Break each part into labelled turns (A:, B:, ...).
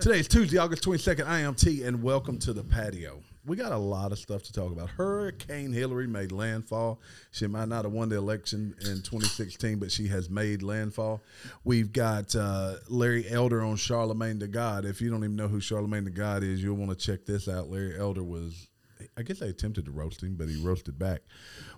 A: Today is Tuesday, August 22nd. I am T, and welcome to the patio. We got a lot of stuff to talk about. Hurricane Hillary made landfall. She might not have won the election in 2016, but she has made landfall. We've got uh, Larry Elder on Charlemagne the God. If you don't even know who Charlemagne the God is, you'll want to check this out. Larry Elder was I guess they attempted to roast him, but he roasted back.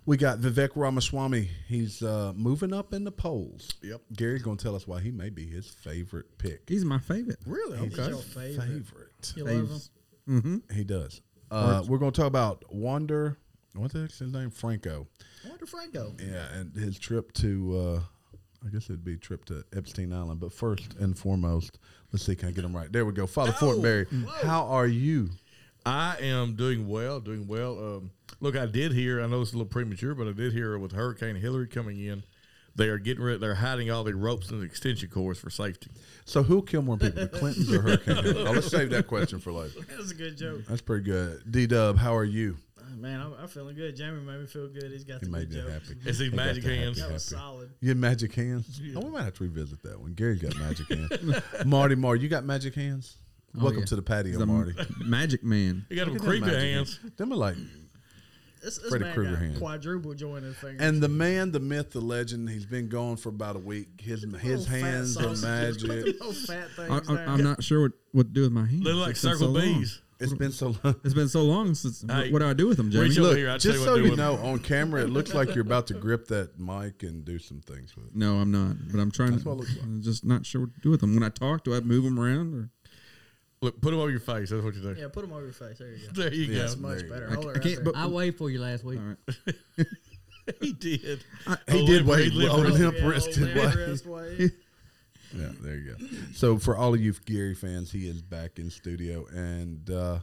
A: We got Vivek Ramaswamy. He's uh, moving up in the polls.
B: Yep.
A: Gary's going to tell us why he may be his favorite pick.
C: He's my favorite.
A: Really?
B: He's
A: Okay.
B: your favorite. You love him.
C: Faves. Mm-hmm.
A: He does. Uh, we're going to talk about Wander. What the heck's his name? Franco.
B: I wonder Franco.
A: Yeah, and his trip to, uh, I guess it'd be trip to Epstein Island. But first and foremost, let's see, can I get him right? There we go. Father
B: No!
A: Fortenberry,
B: Whoa.
A: how are you?
D: I am doing well, doing well. Um, look, I did hear. I know it's a little premature, but I did hear with Hurricane Hillary coming in, they are getting rid. They're hiding all the ropes and the extension cords for safety.
A: So who'll kill more people, the Clintons or Hurricane? Hillary? oh, let's save that question for later.
B: That was a good joke.
A: That's pretty good. D Dub, how are you?
B: Ah, Man, I'm, I'm feeling good. Jamie made me feel good. He's got
A: He
B: the
A: made
B: good
A: me
B: jokes.
A: happy.
D: It's these
A: I got
D: magic
A: the happy
D: hands.
B: That was
A: happy.
B: solid.
A: You had magic hands. Oh, we might have to revisit that one. Gary got magic hands. Marty, Marty, you got magic hands.
C: Oh,
A: Welcome
C: yeah.
A: to the patio,
C: The m-
A: Marty.
C: Magic Man.
D: You got
A: Look
D: them
A: at them
D: creepy
A: magic
D: hands.
A: Them are like,
B: This, this
A: Freddy
B: man
A: Krueger
B: got
A: hand.
B: quadruple jointed fingers.
A: and the man, the myth, the legend. He's been gone for about a week. His his
B: Little fat
A: hands are
B: sausages.
A: magic.
B: Put them little fat
C: I,
B: things
C: I,
B: down.
C: I'm not sure what, what to do with my hands.
D: They're like
C: It's been
D: circle
C: so long.
D: bees.
A: It's been so long.
C: It's been so long since. what-
D: Hey,
C: what do I do with them, Jamie?
D: reach over
A: Look,
D: here. I'll tell
A: just
D: you
A: so
D: what to do
A: you
D: with
A: know, on camera, it looks like you're about to grip that mic and do some things with it.
C: No, I'm not. But I'm trying
A: That's
C: to.
A: what it looks like.
C: I'm just not sure what to do with them. When I talk, do I move them around, or
D: Look, put them over your face. That's what you do.
B: Yeah, put them over your face. There you go.
D: There you
A: Yeah,
D: go.
A: there
B: Much
A: you
B: better.
C: I,
B: Hold
C: ca-
B: it
C: I
B: right
C: can't?
B: there.
C: But
E: I waited for you last week.
C: all right.
D: He did.
A: he
D: Oh,
A: did
D: Lip-
A: wait.
D: Lip-
A: Old
D: Lip-
A: hemp
B: Yeah,
A: wristed
B: old man
A: wait.
B: wrist wave.
A: Yeah, there you go. So for all of you Gary fans, he is back in studio and uh,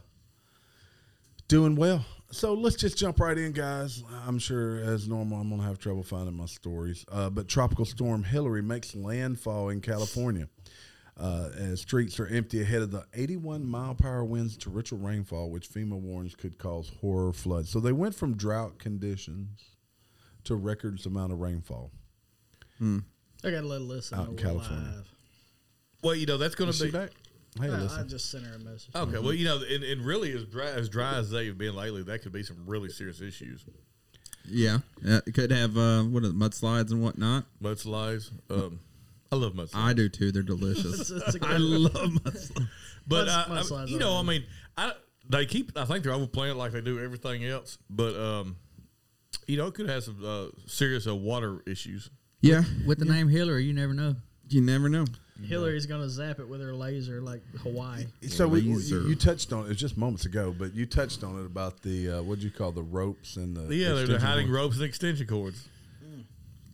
A: doing well. So let's just jump right in, guys. I'm sure, as normal, I'm gonna have trouble finding my stories. Uh, but tropical storm Hillary makes landfall in California. Uh, as streets are empty ahead of the 81 mile per hour winds to torrential rainfall, which FEMA warns could cause horror floods. So they went from drought conditions to records amount of rainfall.
B: I got to let Alyssa
A: Out
B: know
A: in
B: we're
A: California.
B: live.
D: Well, you know that's going
A: Is
D: to
A: she
D: be.
A: back? Hey,
B: Uh, I
A: listen. Oh,
B: just sent her a message.
D: Okay, well, you know, and, and really, as dry as dry as they have been lately, that could be some really serious issues.
C: Yeah, yeah, it could have uh, what are the mudslides and whatnot.
D: Mudslides. Um, I love mudslides.
C: I do too. They're
B: It's,
C: delicious.
B: it's a
D: I
B: good-
D: love mudslides. But
B: Muds-
D: I- I-
B: mudslides
D: you
B: are
D: know, I
B: good.
D: mean, I they keep. I think they're overplaying it like they do everything else. But um, you know, it could have some uh, serious uh, water issues.
C: yeah,
E: With the name Hillary, you never know.
C: you never know.
B: Hillary's going to zap it with her laser like Hawaii.
A: So we, you,
C: Laser.
A: you touched on it was just moments ago, but you touched on it about the uh, what do you call the ropes and the
D: Yeah, they're,
A: extension
D: hiding
A: cords.
D: ropes and extension cords.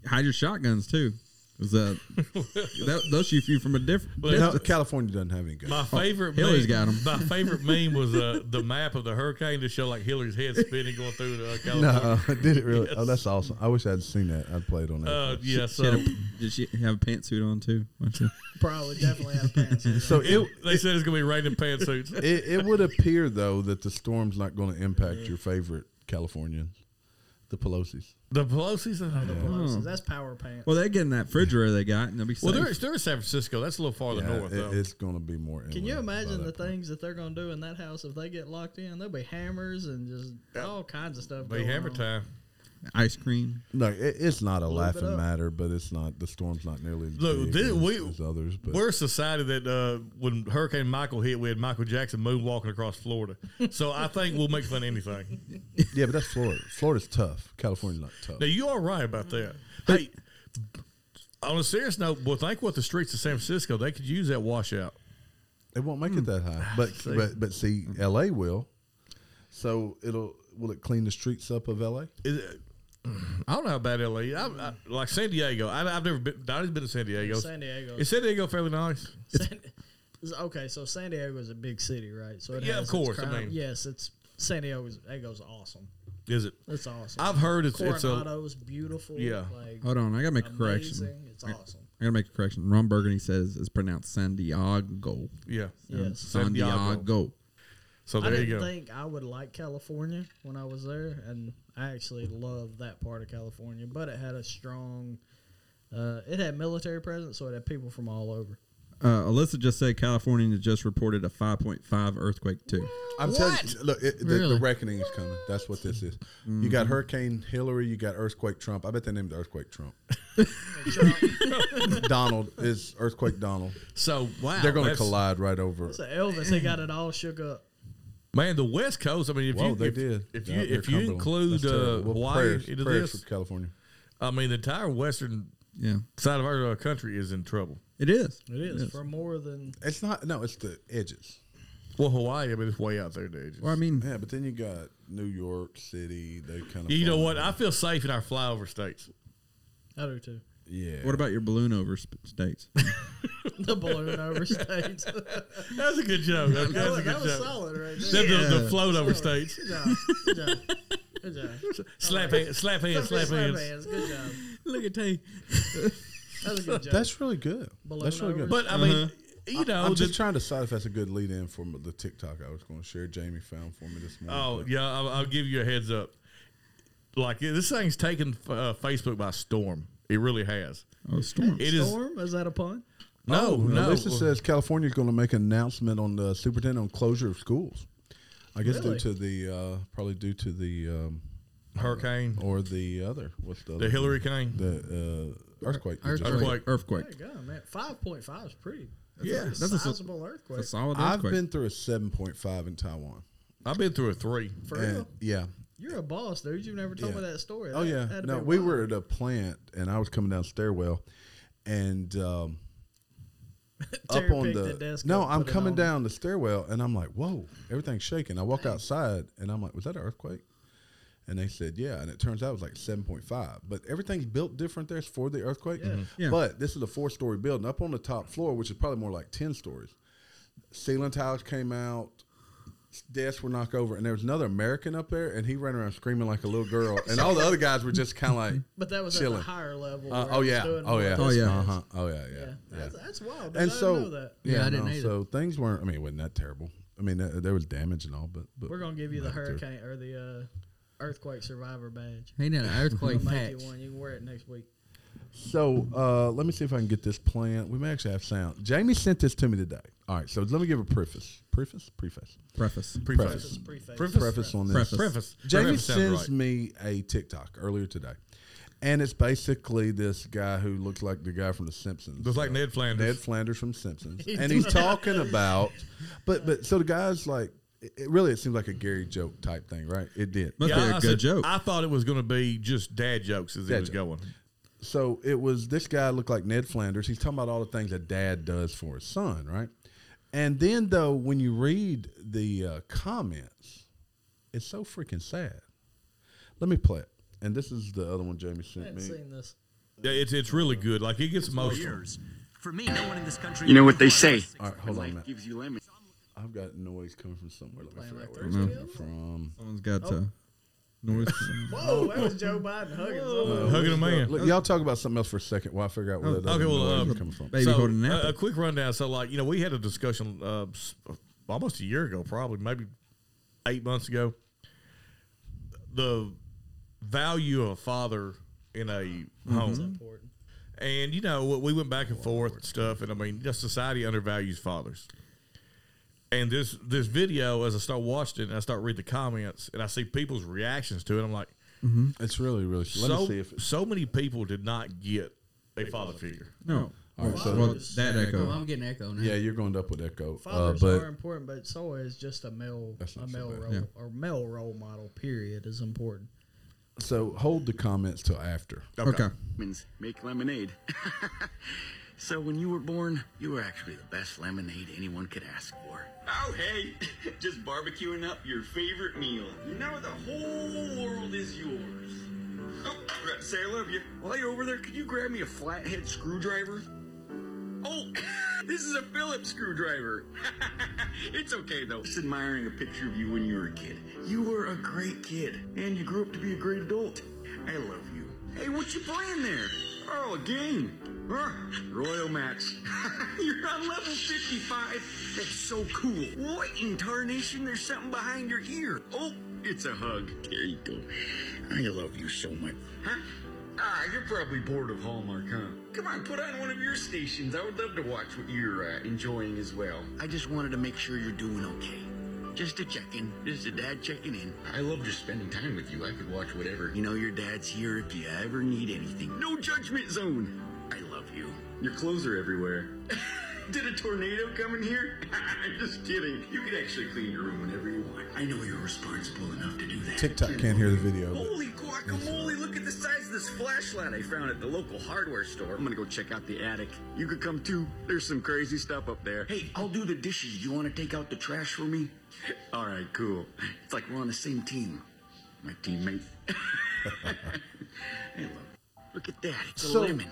C: Hide your shotguns too. 'Cause, uh, that, those shoot you from a different.
A: No, California doesn't have any guns.
D: My favorite
C: Hillary's
D: meme,
C: got 'em.
D: My favorite meme was uh, the map of the hurricane to show like Hillary's head spinning going through the uh, California.
A: No, did it really? Oh, that's awesome! I wish I'd seen that. I'd played on that.
D: Uh, yeah,
C: She had
D: so
C: a, did she have a pantsuit on too?
B: Probably definitely out of pants.
A: so it,
D: they said it's gonna be raining pantsuits.
A: it it would appear though that the storm's not going to impact your favorite Californians, the Pelosi's.
D: The Pelosi's. uh,
B: Close. That's power pants.
C: Well, they're getting that refrigerator they got, and they'll be safe.
D: Well, they're, they're in San Francisco. That's a little farther
A: Yeah,
D: north.
A: it-
D: though.
A: it's going to be more.
B: Can you
A: inland by
B: imagine the
A: that point.
B: things that they're going to do in that house if they get locked in? There'll be hammers and just all kinds of stuff.
D: Be
B: going
D: hammer
B: on.
D: time.
C: ice cream.
A: No, it, it's not a
B: it
A: laughing
B: up.
A: matter, but it's not. The storm's not nearly as big
D: Look, thi-
A: as,
D: we-
A: as others. But
D: We're a society that uh, when Hurricane Michael hit, we had Michael Jackson moonwalking across Florida. So I think we'll make fun of anything.
A: yeah, but that's Florida. Florida's tough. California's not tough.
D: Now you are right about that. Hey, on a serious note, well, think what the streets of San Francisco they could use that washout.
A: It won't make it that high, but
D: See.
A: but but Hmm. see, Hmm. L.A. will. So it'll will it clean the streets up of L.A.
D: Is it- I don't know how bad LA. I, I, like San Diego, I, I've never been. Donnie's been to San Diego.
B: San Diego.
D: Is San Diego fairly nice?
B: San, okay, so San Diego is a big city, right? So it
D: Yeah,
B: has
D: of course,
B: Its
D: I
B: crime.
D: mean-
B: yes, it's San Diego's. Diego's awesome.
D: Is it?
B: It's awesome.
D: I've heard it's it's a
B: Coronado's beautiful.
D: Yeah.
B: like,
C: Hold on, I gotta make a correction.
B: amazing. It's awesome.
C: I gotta make a correction. Ron Burgundy says it's pronounced Uh, San Diego.
D: yeah.
B: Yes.
C: San
D: San Diego.
C: Diego.
D: So
B: I
D: there you
B: didn't
D: go.
B: think I would like California when I was there, and I actually loved that part of California. But it had a strong, uh, it had military presence, so it had people from all over.
C: Uh, Alyssa just said California just reported a 5.5 earthquake too.
A: I'm telling you, look, it, the, the
E: Really?
A: reckoning is coming. That's what this is. You got Hurricane Hillary, you got Earthquake Trump. I bet they named the Earthquake Trump. Donald is Earthquake Donald.
D: So wow,
A: They're going to
D: that's-
A: collide right over.
B: So Elvis, they got it all shook up.
D: Man, the West Coast. I mean, if
A: Whoa,
D: you
A: they
D: if,
A: did.
D: if
A: Down
D: you
A: near
D: if you
A: Cumberland.
D: include
A: That's
D: uh,
A: terrible. Well,
D: Hawaii
A: prayers,
D: into
A: prayers
D: this,
A: for California.
D: I mean, the entire western
C: Yeah,
D: side of our uh, country is in trouble.
C: it is.
B: It is for more than
A: It's not. No, it's the edges.
D: Well, Hawaii, I mean, it's way out there, dude.
C: Well, I mean,
A: Yeah, but then you got New York City. They kind of.
D: you know what? I feel safe in our flyover states.
B: I do too.
A: yeah.
C: what about your balloon over sp- states?
B: The balloon overstates. that
D: That's a good joke. That's
B: was,
D: a
B: that
D: good
B: was
D: joke.
B: solid right
D: Them
B: there.
D: The, the float over states.
B: Good job. Good job. Good job.
D: Slap, hand, slap hands, slap hands.
B: Good job.
E: Look at you.
B: That was a good job.
A: That's really good.
B: Balloon
A: That's really good.
D: But I mean, you know,
A: Uh-huh. I'm
D: the-
A: just trying to decide if that's a good lead in for the TikTok I was going to share. Jamie found for me this morning.
D: oh yeah, I'll, I'll give you a heads up. Like this thing's taken uh, Facebook by storm. It really has.
C: Oh, storm.
D: It is
B: Storm? Is that a pun?
C: Oh,
D: no, no.
A: Alyssa says California is going to make an announcement on the superintendent on closure of schools. I guess due
B: Really?
A: to the uh, probably due to the um,
D: hurricane,
C: Oh,
A: or the other what's the other
D: the Hillary Kane.
A: the uh, earthquake. you just-
D: Earthquake.
C: Earthquake.
B: There you go, man. 5.5 is pretty.
A: Yeah,
B: That's
C: that's
B: a
C: a-
B: sizable earthquake.
C: It's a solid
A: I've
C: earthquake.
A: been through a seven point five in Taiwan.
D: I've been through a three.
B: For
A: And-
B: real?
A: yeah.
B: You're a boss, dude. You've never told
A: Yeah.
B: me that story.
A: Oh
B: That-
A: yeah.
B: that'd
A: No,
B: be
A: we
B: wild.
A: were at a plant, and I was coming down stairwell, and um, up
B: Terry
A: on
B: picked
A: the
B: that desk
A: no,
B: up,
A: I'm
B: put it
A: coming
B: on.
A: down the stairwell, and I'm like, whoa, everything's shaking. I walk outside, and I'm like, was that an earthquake? And they said, yeah. And it turns out it was like 7.5. But everything's built different there. It's for the earthquake. Mm-hmm.
C: Yeah.
A: But this is a four story building. Up on the top floor, which is probably more like 10 stories, ceiling tiles came out, desks were knocked over. And there was another American up there, and he ran around screaming like a little girl. and all the other guys were just kind of like,
B: But that was at
A: chilling.
B: the higher level.
A: uh,
B: where I
A: oh,
B: was
A: yeah.
B: doing
A: Oh,
B: more
A: yeah.
B: of
C: Oh,
B: this.
C: yeah.
A: Uh-huh. Oh, yeah. Yeah.
B: Yeah.
A: yeah.
B: That's, that's wild. dude.
A: And
B: I
A: so,
B: didn't know that.
A: yeah,
E: Yeah, I didn't
A: no,
E: either.
A: so things weren't. I mean, it wasn't that terrible. I mean, th- there was damage and all, but, but
B: We're going to give you the
A: not terrible.
B: hurricane or the uh, earthquake survivor badge.
E: He done an
B: We'll
E: earthquake
B: make you
E: patch.
B: one. You can wear it next week.
A: So uh, let me see if I can get this plan. We may actually have sound. Jamie sent this to me today. All right, so let me give a preface. Preface? Preface.
C: Preface.
B: This
D: Preface.
B: is preface.
D: Preface.
A: Preface on this.
C: Preface.
D: Preface.
A: Jamie
D: Preface sounds
A: sends
D: right.
A: me a TikTok earlier today. And it's basically this guy who looks like the guy from The Simpsons.
D: Just like
A: Uh,
D: Ned Flanders.
A: Ned Flanders from Simpsons, and he's talking about, but but so the guy's like, it, it really it seems like a Gary joke type thing, right? It did.
C: Must be a
D: I
C: good
D: said-
C: joke.
D: I thought it was going to be just dad jokes as
A: Dad
D: it was
A: joke.
D: going.
A: so it was this guy looked like Ned Flanders. He's talking about all the things a dad does for his son, right? And then though, when you read the uh, comments, it's so freaking sad. Let me play it. And this is the other one Jamie
B: I
A: sent
B: hadn't
A: me.
B: seen this.
D: Yeah, It's it's really good. Like it gets emotional.
F: years. For me, no one in this country.
G: You know what they say.
A: All right, hold on a
F: Life
A: minute.
F: gives you lemons.
A: I've got noise coming from somewhere. Let me figure out where it's
B: Playing like
A: coming from.
C: Someone's got uh,
B: Oh.
C: noise.
B: Whoa, that was Joe Biden hugging someone.
D: Hugging a man.
A: Look, y'all talk about something else for a second while I figure out where that
D: okay,
A: other
D: well,
A: noise
D: um,
A: is coming from.
C: Baby
D: so,
C: holding an
D: a,
C: apple.
D: a quick rundown. So, like, you know, we had a discussion uh, s- almost a year ago, probably maybe eight months ago. The value of a father in a
C: Mm-hmm.
D: home,
B: Important.
D: and you know, we- we went back and forth and stuff. And I mean, just society undervalues fathers. And this this video, as I start watching it, and I start reading the comments, and I see people's reactions to it. I'm like,
A: It's really, really. Let
D: so
A: me see if it's.
D: so many people did not get a father figure.
C: no.
A: All right, so-
C: well, that
E: Oh,
C: echo.
E: I'm getting echo now.
A: Yeah, you're going up with echo. Uh,
B: Fathers are
A: but
B: important, but so is just a male
A: That's
B: a
A: not so
B: male
A: bad.
B: role
C: Yeah.
B: or male role model. Period is important.
A: so hold the comments till after.
C: Okay.
F: Lemons make lemonade. so when you were born, you were actually the best lemonade anyone could ask for.
H: Oh, hey, just barbecuing up your favorite meal. You know the whole world is yours. Oh, forgot to say I love you. While you're over there, could you grab me a flathead screwdriver? Oh, this is a Phillips screwdriver. it's okay though. Just admiring a picture of you when you were a kid. You were a great kid, and you grew up to be a great adult. I love you. Hey, what you playing there? Oh, a game. Huh? Royal match. You're on level 55. That's so cool. What in tarnation? There's something behind your ear. Oh, it's a hug.
F: There you go. I love you so much.
H: Huh? Ah, you're probably bored of Hallmark, huh? Come on, put on one of your stations. I would love to watch what you're uh, enjoying as well.
F: I just wanted to make sure you're doing okay. Just to check in. This is a dad checking in.
H: I love just spending time with you. I could watch whatever.
F: You know your dad's here if you ever need anything.
H: No judgment zone.
F: I love you.
H: Your clothes are everywhere. Did a tornado come in here? I'm just kidding. You can actually clean your room whenever you want.
F: I know you're responsible enough to do that.
A: TikTok can't hear the video. but-
H: Holy guacamole, look at the size of this flashlight I found at the local hardware store.
F: I'm gonna go check out the attic. You could come too. There's some crazy stuff up there. Hey, I'll do the dishes. You wanna take out the trash for me?
H: All right, cool.
F: It's like we're on the same team. My teammate. hey, look. Look at that. It's a
A: So-
F: lemon.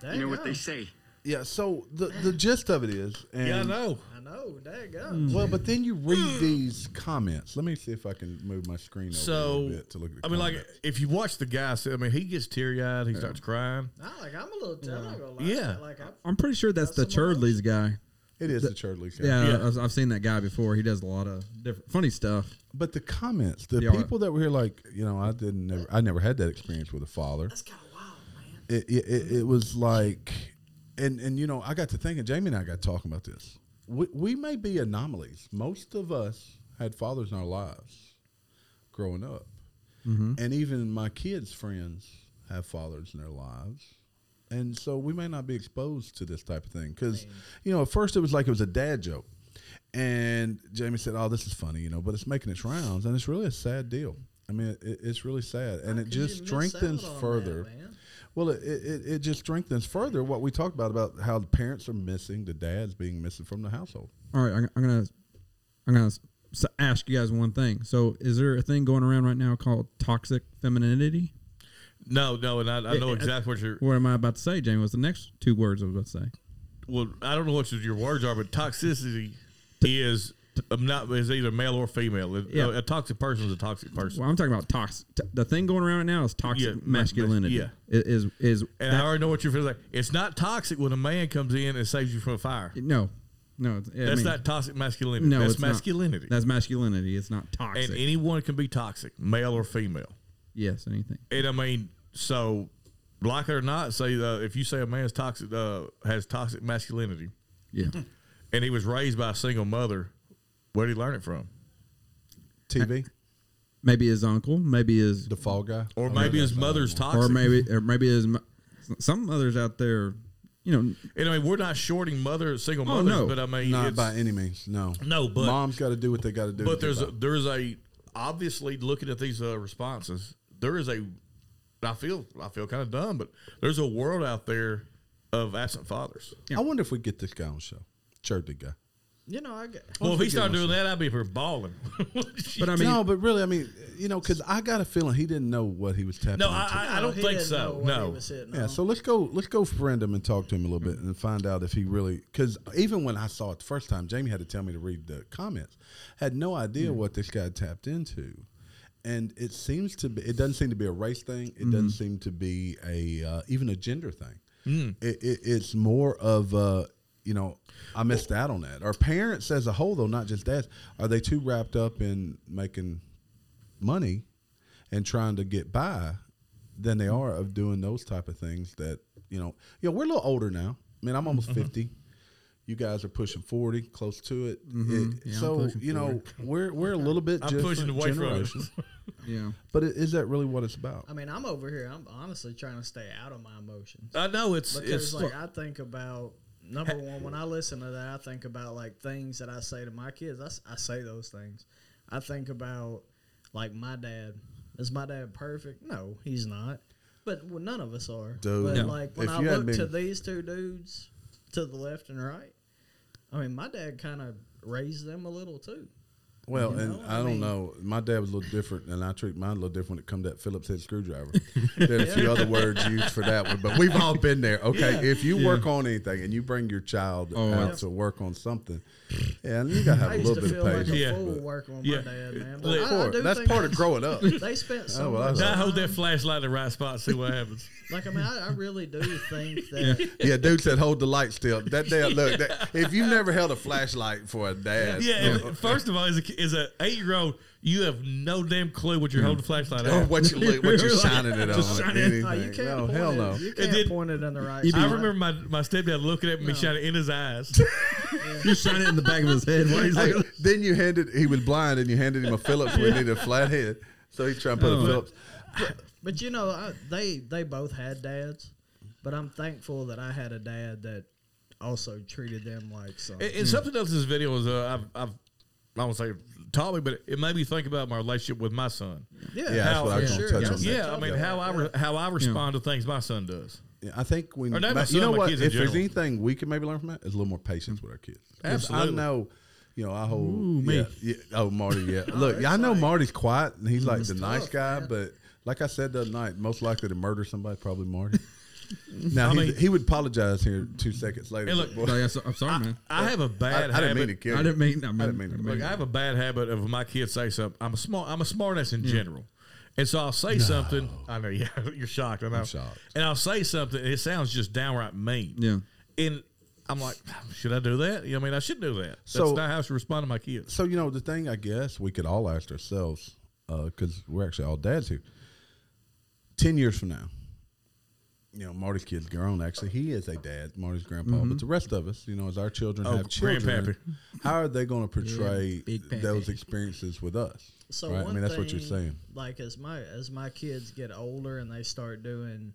B: There
F: You know
B: you
F: what
B: go.
F: they say.
A: Yeah. So the the gist of it is, and
D: Yeah, I know.
B: I know. There you go.
D: Hmm.
A: Well, but then you read these comments. Let me see if I can move my screen over a
D: So
A: little bit to look at. The
D: I mean, like
A: comments.
D: if you watch the guy, I mean, he gets teary eyed. He starts crying.
B: Nah, like I'm a little. i I'm not gonna lie.
D: Yeah.
B: Like I,
C: I'm pretty sure that's the
B: Someone else?
C: Churdley's guy.
A: it is the Charlie.
C: Yeah,
D: Yeah.
C: I've, I've seen that guy before. He does a lot of different funny stuff.
A: But the comments, the
C: Yeah, I-
A: people that were here, like you know, I didn't, never, I never had that experience with a father.
B: that's kind of wild, man.
A: It, it, it, it was like, and and you know, I got to thinking. Jamie and I got talking about this. We we may be anomalies. Most of us had fathers in our lives growing up,
B: Mm-hmm.
A: and even my kids' friends have fathers in their lives. And so we may not be exposed to this type of thing because, you know, at first it was like it was a dad joke. And Jamie said, Oh, this is funny, you know, but it's making its rounds and it's really a sad deal. I mean, it, it's really sad. And it
B: could you
A: just
B: miss
A: strengthens
B: out on that,
A: further.
B: man?
A: well, it, it, it- it just strengthens further what we talked about about how the parents are missing, the dads being missing from the household.
C: All right, I'm, I'm gonna I'm gonna s- s- ask you guys one thing. So, is there a thing going around right now called toxic femininity?
D: No, no, and I, I know exactly what you're.
C: What am I about to say, Jamie? What's the next two words I was about to say?
D: Well, I don't know what your words are, but toxicity is um, not is either male or female. It-
C: Yeah.
D: A toxic person is a toxic person.
C: Well, I'm talking about toxic. T- the thing going around right now is toxic
D: Yeah, ma- ma-
C: masculinity.
D: yeah.
C: I- is is,
D: And I
C: that-
D: already know what you're feeling like. It's not toxic when a man comes in and saves you from a fire.
C: no, no. it's- I
D: That's
C: mean,
D: not toxic masculinity.
C: No,
D: that's
C: it's not.
D: masculinity.
C: That's masculinity. It's not
D: and
C: toxic.
D: anyone can be toxic, male or female.
C: yes, anything.
D: And I mean, so like it or not, say uh, if you say a man's toxic uh, has toxic masculinity,
C: Yeah.
D: and he was raised by a single mother, where did he learn it from?
A: TV,
C: maybe his uncle. Maybe his
A: the fall guy.
D: Or
A: Oh,
D: maybe
A: yeah,
D: his
A: that's not
D: mother's
A: one.
D: toxic.
C: or maybe or maybe his mo- some mothers out there. You know,
D: And I mean, we're not shorting mother single
C: Oh,
D: mothers,
C: no.
D: but I mean,
A: Not
D: it's-
A: by any means, no.
D: No, but-
A: mom's got to do what they got to do. to
D: but
A: get
D: there's a,
A: by.
D: there's a obviously looking at these uh, responses, there is a. I feel I feel kind of dumb, but there's a world out there of absent fathers.
A: I wonder if we get this guy on show. Church guy.
B: You know, I get.
D: Well, if he started doing that, I'd be here balling.
C: but I mean,
A: no, but really, I mean, you know, because I got a feeling he didn't know what he was tapping
D: no,
A: into.
D: I, I, I don't
B: he
D: think
B: didn't know
D: so.
B: what he
D: No,
B: was hitting
A: yeah,
B: on.
A: so let's go. Let's go friend him and talk to him a little bit and find out if he really. Because even when I saw it the first time, Jamie had to tell me to read the comments. Had no idea what this guy tapped into, and it seems to be. It doesn't seem to be a race thing. It doesn't seem to be a uh, even a gender thing. It, it, it's more of a you know I missed out on that. Our parents as a whole, though, not just dads, are they too wrapped up in making money and trying to get by than they are of doing those type of things that you know you know we're a little older now i mean i'm almost
D: Mm-hmm.
A: 50 you guys are pushing 40 close to it,
D: Mm-hmm.
A: It-
C: Yeah, I'm
A: so
C: pushing
A: you know we're we're a little bit
D: I'm pushing
A: different
D: away from it.
A: generations.
C: yeah.
A: but i- is that really what it's about
B: I mean, I'm over here. I'm honestly trying to stay out of my emotions
D: I know it's
B: because,
D: it's
B: like, I think about number one when I listen to that. I think about like things that I say to my kids. I, s- I say those things. I think about like my dad. Is my dad perfect? No, he's not. But well, none of us are.
A: Dude,
B: but
A: No.
B: like when
A: if
B: I
A: you hadn't
B: look to
A: been-
B: these two dudes to the left and right, I mean, my dad kind of raised them a little too.
A: well
B: You
A: and
B: know,
A: i
B: I
A: don't
B: mean-
A: know my dad was a little different and i treat mine a little different when it come to that phillips head screwdriver there are a few other words used for that one but we've all been there okay if you work on anything and you bring your child
C: Oh,
A: out
C: it's-
A: to work on something yeah you gotta have
B: I
A: a
B: used
A: little
B: to
A: bit
B: feel
A: of
B: like
A: patience
B: a
D: Yeah.
B: fool
A: but-
B: working with
D: Yeah.
B: my dad, man. But
D: Well,
B: I-
A: Of
B: I
A: course.
B: do
A: That's
B: think
A: part of
B: that's-
A: growing up.
B: They spent
A: Oh,
B: so
A: well, I
B: much
A: know.
D: Now hold that
B: time-
D: flashlight in the right spot, see what happens.
B: Like I mean, I, I really do think that.
A: Yeah, dude said hold the light still. That dad, look, that, if you never held a flashlight for a dad,
D: Yeah, and first of all, as a, ki- as an eight year old, you have no damn clue what
B: Mm-hmm.
D: you're holding the flashlight
A: Or
B: Oh,
D: at.
A: what you look- what you're shining it on.
D: shine it.
A: anything.
B: No, you can't
A: no,
B: point
A: hell
B: it.
A: no.
B: You can't
D: did-
B: point it in the right.
D: I
B: spot.
D: remember my, my stepdad looking at me, shining in his eyes.
C: Just shine it in the back of his head. while he's
A: Hey,
C: like,
A: then you handed he was blind and you handed him a Phillips where he needed a flat head. So he tried to put a Phillips.
B: But you know, I, they they both had dads, but I'm thankful that I had a dad that also treated them like some.
D: And, and something else this video is uh, I've, I've I won't say taught me, but it made me think about my relationship with my son.
B: yeah,
A: Yeah, that's what I was
D: How-
A: gonna
B: yeah,
A: touch
B: sure,
A: on.
B: yeah.
A: that.
D: Yeah, I mean how I re- how I respond to things my son does.
A: Yeah, I think when
D: Or not
A: but
D: my
A: you
D: son,
A: know
D: my
A: what, if
D: kids in
A: there's
D: general.
A: anything we can maybe learn from that, is a little more patience with our kids. 'Cause I
D: Absolutely.
A: know, you know, I hold.
C: Ooh, me.
A: yeah, yeah, oh, Marty. Yeah, look, yeah, I know Marty's quiet and he's
D: Mm-hmm.
A: like the nice guy, but like I said the other night, most likely to murder somebody probably Marty. now
D: I
A: he,
D: mean-
A: he would apologize here two seconds later.
D: And
A: but
D: look,
A: boy,
C: "Oh, yeah, so- I'm sorry, man.
D: I have a
A: I, I
D: bad. habit.
A: didn't mean to kill.
C: I
A: you.
C: didn't mean. I, mean,
A: didn't mean to-
D: Like I have a bad habit of my kids say something. I'm a smart. I'm a smartass in general, and so I'll say something. I know. Yeah, you're shocked. I know.
A: shocked.
D: And I'll say something. And it sounds just downright mean.
C: Yeah.
D: And I'm like, should I do that? You know, I mean, I should do that. That's
A: So-
D: not how I should respond to my kids.
A: so you know the thing i guess we could all ask ourselves because we're actually all dads here 10 years from now you know marty's kid's grown actually he is a dad marty's grandpa but the rest of us you know as our children
D: Oh,
A: have children
D: grandpappy.
A: how are they going to portray
E: big pappy.
A: those experiences with us
B: So
A: right?
B: one
A: i mean that's what you're
B: thing,
A: saying
B: Like as my as my kids get older and they start doing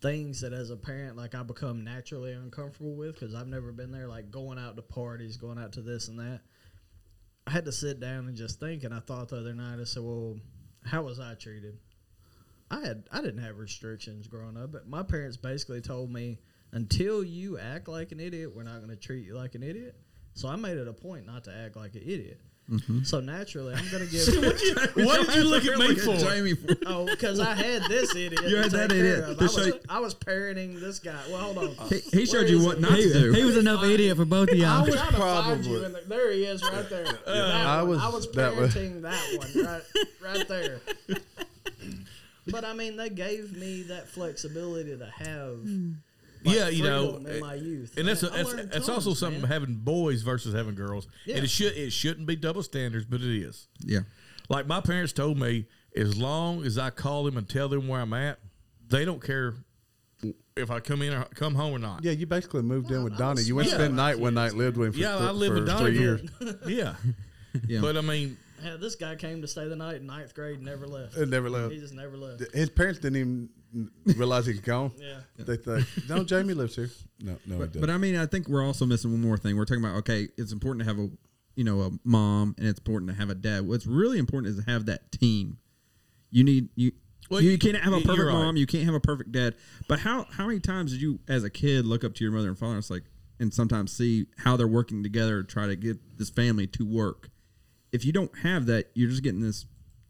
B: things that as a parent like I become naturally uncomfortable with because I've never been there. Like going out to parties, going out to this and that. I had to sit down and just think. And I thought the other night, I said, "Well, how was I treated? I had I didn't have restrictions growing up, but my parents basically told me until you act like an idiot, we're not going to treat you like an idiot. So I made it a point not to act like an idiot.
C: Hmm?
B: So naturally, I'm going to give.
D: Why did you look at me for?
C: Jamie, for-
B: oh, because I had this idiot.
C: You
B: to
C: had that
B: take care
C: idiot
B: of.
C: to
B: I was,
C: show-
B: I was parenting this guy. Well, hold on.
C: he, he showed
B: Where
C: you
B: is
C: what
B: it?
C: not to do.
E: He was enough idiot for both of
B: I
E: y'all.
B: was trying to find
A: probably-
B: you. In the, there he is, right there. That
A: I
B: one.
A: was-
B: I was
A: that was-
B: parenting that one, right, right there. But I mean, they gave me that flexibility to have.
E: Hmm.
B: like,
C: Uh,
D: yeah, you know. eh,
C: eh,
B: freedom in my youth,
D: And that's a,
B: Man, I
D: that's,
B: learned
D: that's
B: tons,
D: also something
B: man.
D: having boys versus having girls.
B: Yeah.
D: And it should it shouldn't be double standards, but it is.
C: yeah.
D: Like my parents told me, as long as I call them and tell them where I'm at, they don't care if I come in or come home or not.
A: yeah you basically moved in with donnie you went to
D: smart
A: spend night one night lived with him for,
D: Yeah,
A: th-
D: I live
A: for
D: in
A: three
D: Donovan.
A: years
D: Yeah.
C: Yeah.
D: But I mean,
B: Yeah, this guy came to stay the night in ninth grade, and never left.
A: and never
E: uh,
A: left
B: He just never left.
A: his parents didn't even realize he's gone
B: Yeah.
A: they thought no jamie lives here no no he
C: But,
A: doesn't.
C: but I mean, I think we're also missing one more thing. We're talking about okay, it's important to have a you know a mom and it's important to have a dad. What's really important is to have that team. You need you.
D: Well,
C: you,
D: you-
C: can't have a
D: you're
C: perfect
D: right.
C: mom. You can't have a perfect dad. But how how many times did you, as a kid, look up to your mother and father? And it's like, and sometimes see how they're working together to try to get this family to work. If you don't have that, you're just getting this,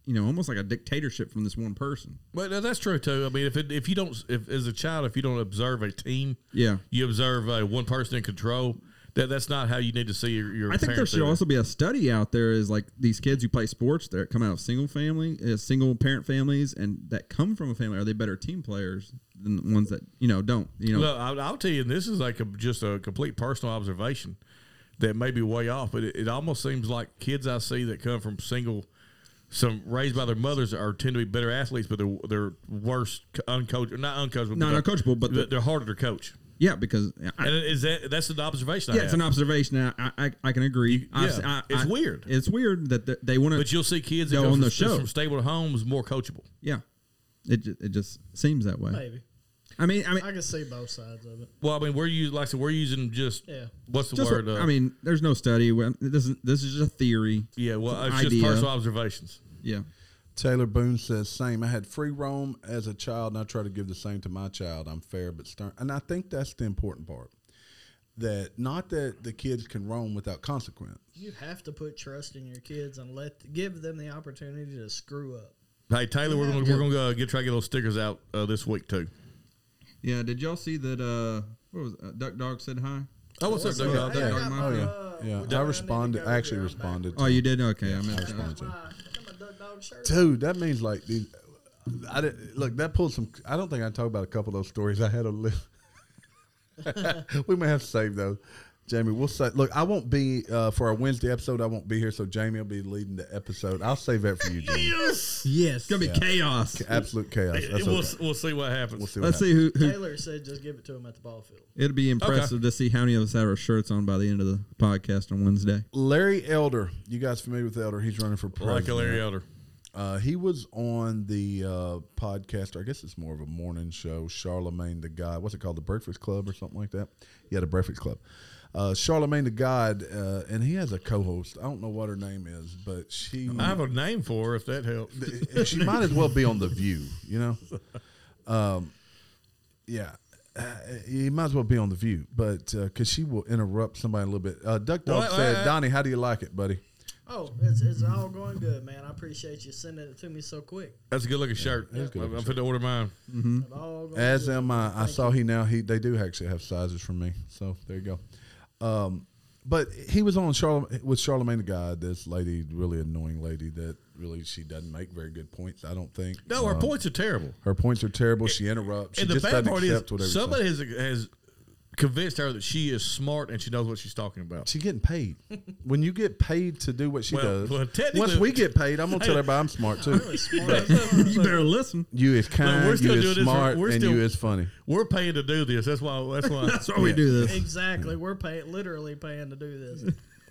C: you know, almost like a dictatorship from this one person.
D: but no, that's true too. I mean, if it, if you don't, if as a child, if you don't observe a team,
C: Yeah.
D: you observe uh, one person in control. That that's not how you need to see your. your
C: I think there
D: parents
C: should
D: either.
C: also be a study out there is like these kids who play sports that come out of single family, uh, single parent families, and that come from a family are they better team players than the ones that you know don't? You know,
D: Well, I'll, I'll tell you, and this is like a, just a complete personal observation that may be way off, but it, it almost seems like kids I see that come from single, some raised by their mothers are tend to be better athletes, but they're they're worse co- uncoachable, not uncoachable,
C: No,
D: but
C: not coachable, but
D: they're,
C: the-
D: they're harder to coach.
C: yeah, because I,
D: And is that that's an observation? I
C: yeah, it's
D: have.
C: an observation. and I I, I can agree.
D: yeah,
C: I've se- I-
D: it's
C: I-
D: weird.
C: It's weird that th- they want
D: But
C: to.
D: you'll see kids that
C: Go
D: go
C: on
D: from,
C: the
D: st-
C: show.
D: from stable to homes more coachable.
C: Yeah, it ju- it just seems that way.
B: Maybe
C: I mean, I mean,
B: I can see both sides of it.
D: Well, I mean, we're using like I said, we're using just
B: Yeah.
D: what's the
C: just
D: word?
C: what-
D: uh,
C: I mean, there's no study. Well, This is this is just a theory.
D: yeah. Well,
C: an
D: it's
C: idea.
D: just personal observations.
C: Yeah,
A: Taylor Boone says, "Same. I had free roam as a child, and I try to give the same to my child. I'm fair but stern, and I think that's the important part. That not that the kids can roam without consequence.
B: You have to put trust in your kids and let give them the opportunity to screw up.
D: Hey Taylor, we're gonna we're gonna go get try to get those stickers out uh, this week too.
C: yeah. Did y'all see that? Uh, what was uh, Duck Dog said hi?
D: Oh, what's up,
C: Doug?
D: Doug?
C: Doug
B: I
C: Mafia.
B: got my,
A: Oh, Yeah,
B: uh,
A: yeah.
B: which
A: I
B: one need to
A: responded.
B: go
A: I actually
B: here? I'm
A: responded.
C: Oh,
A: to
C: you did? Okay, I
A: I
C: missed that.
A: responded to it.
B: back. My- I got my Duck Dog shirt.
A: dude. That means like these. I didn't, look. That pulled some. I don't think I talked about a couple of those stories. I had a list. we may have to save those. Jamie, we'll say. Look, I won't be uh, for our Wednesday episode. I won't be here, so Jamie will be leading the episode. I'll save that for you, Jamie.
D: Yes.
E: Yes.
C: gonna be chaos.
A: Absolute chaos. That's okay.
D: we'll, we'll see what happens.
A: We'll see. What
C: Let's see who, who.
B: Taylor said just give it to him at the ball field.
C: It'll be impressive to see how many of us have our shirts on by the end of the podcast on Wednesday.
A: Larry Elder. You guys familiar with Elder? He's running for president.
D: Like Larry Elder.
A: Uh, he was on the uh, podcast. Or I guess it's more of a morning show. Charlemagne the God. What's it called? The Breakfast Club or something like that. Yeah, the Breakfast Club. Uh, Charlemagne the God, uh, and he has a co-host. I don't know what her name is, but she
D: I have a name for her if that helps.
A: and she might as well be on the View, you know. Um, yeah, uh, you might as well be on the View, but because she will interrupt somebody a little bit. Uh, Duck Dog
D: Well, I-
A: said,
D: I-
A: "Donnie, how do you like it, buddy?"
B: Oh, it's, it's all going good, man. I appreciate you sending it to me so quick.
D: That's a good looking shirt.
A: is a good
D: I'm
A: looking
D: fit to order mine.
B: It all going
A: Mm-hmm. As
B: good.
A: am I. I
B: Thank
A: saw he now he they do actually have sizes from me, so there you go. Um, but he was on Charlem with Charlemagne the God. This lady, really annoying lady, that really she doesn't make very good points. I don't think.
D: No, her
A: Um,
D: points are terrible.
A: Her points are terrible. She interrupts. She
D: and the
A: just
D: bad
A: doesn't
D: part
A: accept whatever. you
D: is
A: say.
D: somebody has has convinced her that she is smart and she knows what she's talking about.
A: She's getting paid. When you get paid to do what she
D: Well,
A: does,
D: well,
A: once
D: technically-
A: we get paid, I'm gonna tell everybody I'm smart too.
C: You better listen.
A: You is kind,
D: we're still
A: you
D: doing
A: is
D: this for-
A: smart,
D: we're
A: and
D: still-
A: you is funny.
D: We're paying to do this. That's why. That's why.
C: That's why we do this.
B: Exactly. We're paying, literally paying to do this.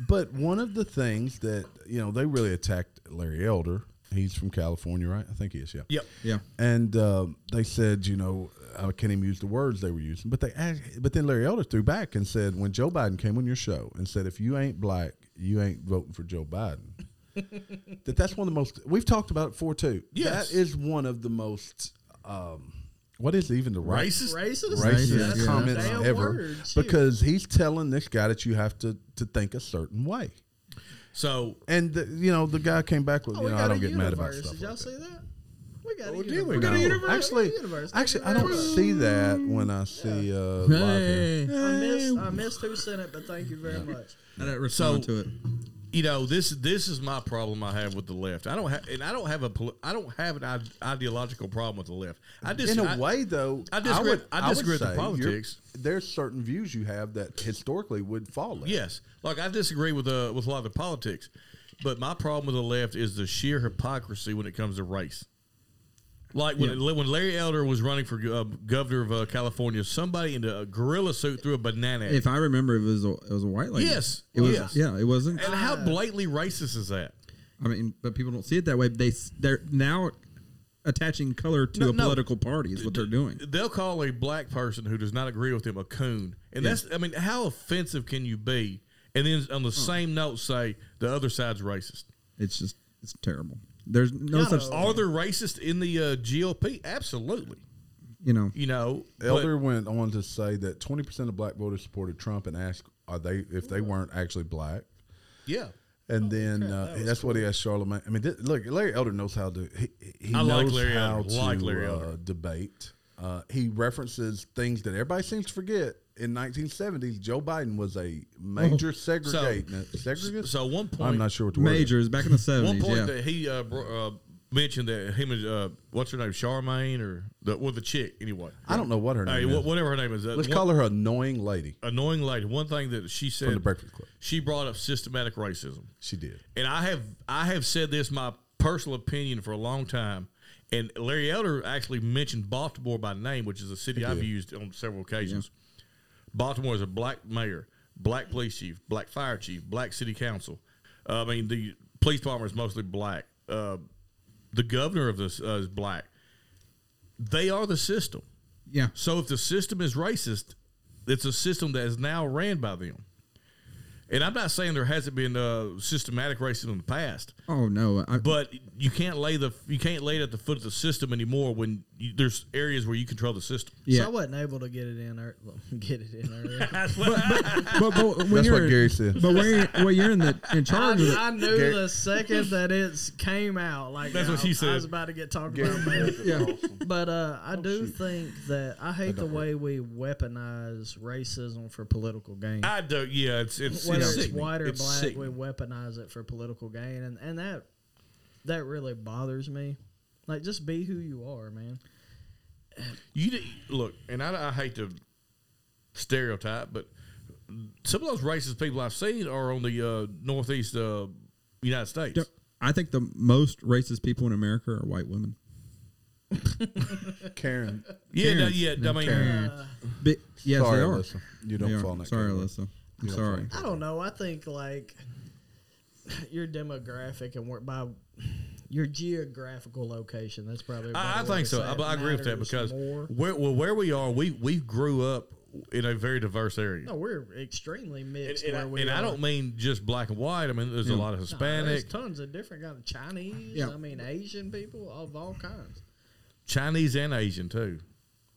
A: But one of the things that you know they really attacked Larry Elder. He's from California, right? I think he is. Yeah.
D: yep.
C: Yeah.
A: And um, they said, you know, I can't even use the words they were using. But they, act- but then Larry Elder threw back and said, when Joe Biden came on your show and said, if you ain't black, you ain't voting for Joe Biden. that that's one of the most. We've talked about it before too.
D: Yes.
A: that is one of the most. Um, what is even the right
D: Racist.
B: Racist?
A: racist
B: That's a
A: comments
B: damn
A: ever
B: word. Shoot.
A: because he's telling this guy that you have to to think a certain way.
D: So
A: And the, you know, the guy came back with,
B: Oh,
A: you
B: we
A: know,
B: got
A: I
B: a
A: don't get mad about
B: universe.
A: stuff.
B: Did y'all
A: like that.
B: see that? We got a
D: Oh, did we?
B: universe.
D: We got a
B: No.
D: universe.
A: Actually,
B: We got a universe. Thank
A: actually,
B: you
A: I don't
B: very much.
A: see that when I see uh, live here.
E: Hey.
B: I missed, I missed who sent it, but thank you very much.
C: I don't respond
D: So-
C: to it.
D: you know this this is my problem I have with the left. I don't have and I don't have a poli- I don't have an ide- ideological problem with the left. I just
A: In a
D: I-
A: way, though,
D: I disagree-
A: would,
D: I
A: would
D: disagree with the
A: say you're-
D: politics.
A: There's certain views you have that historically would fall. left.
D: Yes, like I disagree with uh, with a lot of the politics, but my problem with the left is the sheer hypocrisy when it comes to race. Like when when Larry Elder was running for uh, governor of uh, California, somebody in a gorilla suit threw a banana. at him.
C: If I remember, it was a, it was a white lady.
D: Yes.
C: It was.
D: Yes.
C: Yeah. It wasn't.
D: and how blatantly racist is that?
C: I mean, but people don't see it that way. They s- they're now attaching color to
D: No,
C: a
D: no.
C: political party is what they're doing.
D: They'll call a black person who does not agree with them a coon, and that's I mean, how offensive can you be? And then on the
C: Hmm.
D: same note, say the other side's racist.
C: It's just it's terrible. There's no
B: Yeah,
C: such
B: no.
D: Are there racist in the uh, GOP? Absolutely.
C: you know.
D: You know, but-
A: Elder went on to say that 20% of black voters supported Trump and asked, "Are they if they weren't actually black?"
D: yeah.
B: Oh,
A: And then uh, that's what he asked Charlemagne. I mean, th- look, Larry Elder knows how to. He, he
D: I
A: knows
D: like Larry
A: how
D: Elder.
A: to
D: Like Larry
A: uh,
D: Elder.
A: debate. Uh, he references things that everybody seems to forget. In 1970s, Joe Biden was a major segregate. segregate.
D: So one point,
A: I'm not sure what the word. Is.
C: Majors back in the
D: One
C: seventies,
D: point
C: yeah.
D: that he uh, bro- uh, mentioned that him and uh, what's her name, Charmaine or the well the chick anyway.
A: I don't know what her
D: Hey,
A: name
D: wha-
A: is.
D: whatever her name is. Uh,
A: Let's
D: one-
A: call her annoying lady
D: annoying lady. One thing that she said
A: from the Breakfast Club.
D: She brought up systematic racism,
A: She did.
D: and I have I have said this my personal opinion for a long time. And Larry Elder actually mentioned Baltimore by name, which is a city I've used on several occasions. Baltimore is a black mayor, black police chief, black fire chief, black city council. Uh, I mean, the police department is mostly black. Uh, the governor of this uh, is black. They are the system.
C: Yeah.
D: So if the system is racist, it's a system that is now ran by them. And I'm not saying there hasn't been uh, systematic racism in the past,
C: Oh no. I,
D: but you can't lay the you can't lay it at the foot of the system anymore when you, there's areas where you control the system.
C: yeah.
B: So I wasn't able to get it in. Or, well, get it in earlier.
C: but, but when
A: That's
C: you're
A: what Gary said.
C: But when you're, when you're in the in charge of
B: I, I
C: it,
B: knew
A: Gary-
B: the second that it came out. Like
D: That's what
B: I-
D: she
B: I
D: said. Oh,
B: was about to get talked about. Man.
C: yeah.
B: But uh, I do think that I hate the way we weaponize racism for political gain.
D: I don't. Yeah, it's Ah, it's,
B: Whether
D: it's
B: it's
D: sickening.
B: white or
D: It's
B: black,
D: sickening.
B: we weaponize it for political gain, and and that that really bothers me. Like, just be who you are, man.
D: You d- look, and I, I hate to stereotype, but some of those racist people I've seen are on the uh, northeast uh, United States.
C: Don't- I think the most racist people in America are white women.
A: Karen.
D: Yeah, no,
C: Karens.
D: yeah. I mean,
C: But, yes,
A: sorry,
C: they are.
A: Alyssa. You don't
C: They are.
A: fall in that
C: Sorry,
A: category.
C: Alyssa. I'm sorry.
B: I don't know. I think like your demographic and where by your geographical location. That's probably. a better
D: I, I
B: way
D: think
B: to
D: so.
B: say
D: I,
B: it.
D: but I agree with that
B: Matters
D: because
B: more.
D: where well, where we are, we we grew up in a very diverse area.
B: no, we're extremely
D: and
B: mixed.
D: and, I,
B: where we
D: and I
B: are. Mm.
D: don't mean just black and white. I mean, there's a lot of
B: No, there's
D: Hispanic,
B: tons of different kind of Chinese.
C: Yeah.
B: I mean, Asian people of all kinds.
D: Chinese, and Asian too.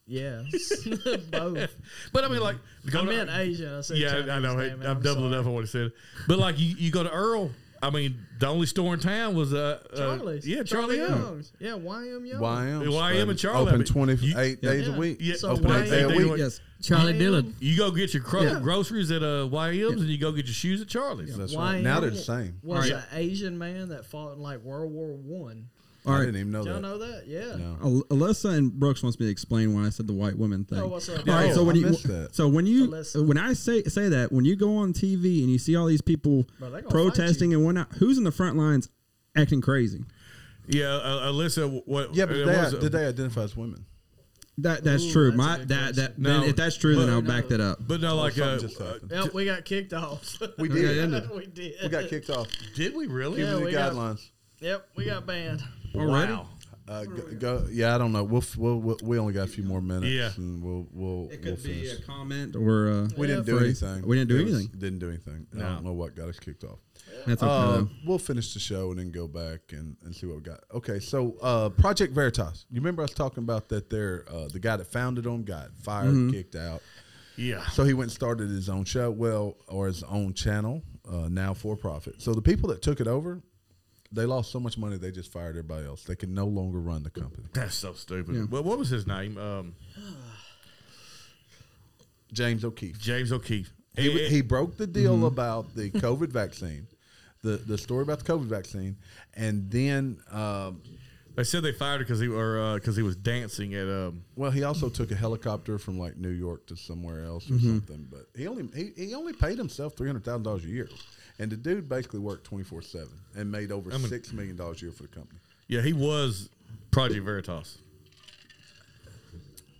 B: Yeah, both.
D: But I mean, like, go
B: I
D: to-
B: meant Asian. I said
D: Yeah,
B: Chinese,
D: I know. Hey,
B: damn it,
D: I'm doubling
B: sorry.
D: up on what he said. But like, you, you go to Earl. I mean, the only store in town was uh, uh
B: Charlie's.
D: yeah, Charlie, Young.
B: Young's. Yeah, YM Young.
A: YM.
D: YM and Charlie.
A: Open 28
D: You-
A: days
B: Yeah.
A: a week.
D: Yeah,
B: So
D: open
B: why-
D: eight day a
A: They- they-
D: week.
C: Yes.
E: Charlie
B: Damn.
E: Dillard.
D: You go get your cro-
C: Yeah.
D: groceries at uh, YM's and you go get your shoes at Charlie's.
A: That's right.
B: YM
A: Now they're the same.
B: Was
C: Alright.
B: an Asian man that fought in like World War One.
C: All
A: I
C: right.
A: didn't even know
B: Y'all
A: that.
B: know that? Yeah.
A: No.
C: Al- Alyssa and Brooks wants me to explain why I said the white women thing.
B: Oh, what's up?
C: All right,
A: Oh,
C: so when
A: I
C: you
A: missed that.
C: so when you
B: Alyssa.
C: when I say say that when you go on TV and you see all these people
B: Bro, they gonna
C: protesting and whatnot, who's in the front lines acting crazy?
D: Yeah, uh, Alyssa. What?
A: Yeah, but
D: it
A: they,
D: was, uh,
A: did they identify as women?
C: That that's
B: Ooh,
C: true.
B: that's
C: My
B: a good
C: that that
B: question.
C: then
D: No,
C: if that's true, then
D: but-
C: I'll back that up.
D: But no, like,
A: something
D: uh,
A: just happened.
B: Yep, we got kicked off.
A: We did.
B: we did.
A: We got kicked off.
D: did we really?
A: Give
B: Yeah,
A: me the
B: we got-
A: guidelines.
B: Yep, we got banned.
C: Already?
D: Wow.
A: Uh, go, go, yeah, I don't know. We'll, f- we'll, we'll we only got a few more minutes.
D: Yeah.
A: and we'll we'll we'll finish.
C: comment or uh,
A: we didn't do
C: phrase.
A: anything.
C: We didn't do
A: It was-
C: anything.
A: Didn't do anything. I
D: No.
A: don't know what got us kicked off.
C: That's okay.
A: Uh,
C: though.
A: we'll finish the show and then go back and, and see what we got. Okay, so uh, Project Veritas. You remember us talking about that? There, uh, the guy that founded them got fired,
C: Mm-hmm.
A: kicked out.
D: Yeah.
A: So he went and started his own show, well, or his own channel, uh, now for profit. So the people that took it over, they lost so much money they just fired everybody else. They could no longer run the company.
D: That's so stupid.
C: Yeah.
D: Well, what was his name? Um,
A: James O'Keefe.
D: James O'Keefe.
A: He,
D: It-
A: he broke the deal about the COVID vaccine, the the story about the COVID vaccine, and then um,
D: They said they fired him because he or because he was dancing at um.
A: well, he also took a helicopter from like New York to somewhere else or something. But he only he, he only paid himself three hundred thousand dollars a year, and the dude basically worked twenty four seven and made over
D: mean-
A: six million dollars a year for the company.
D: Yeah, he was Project Veritas.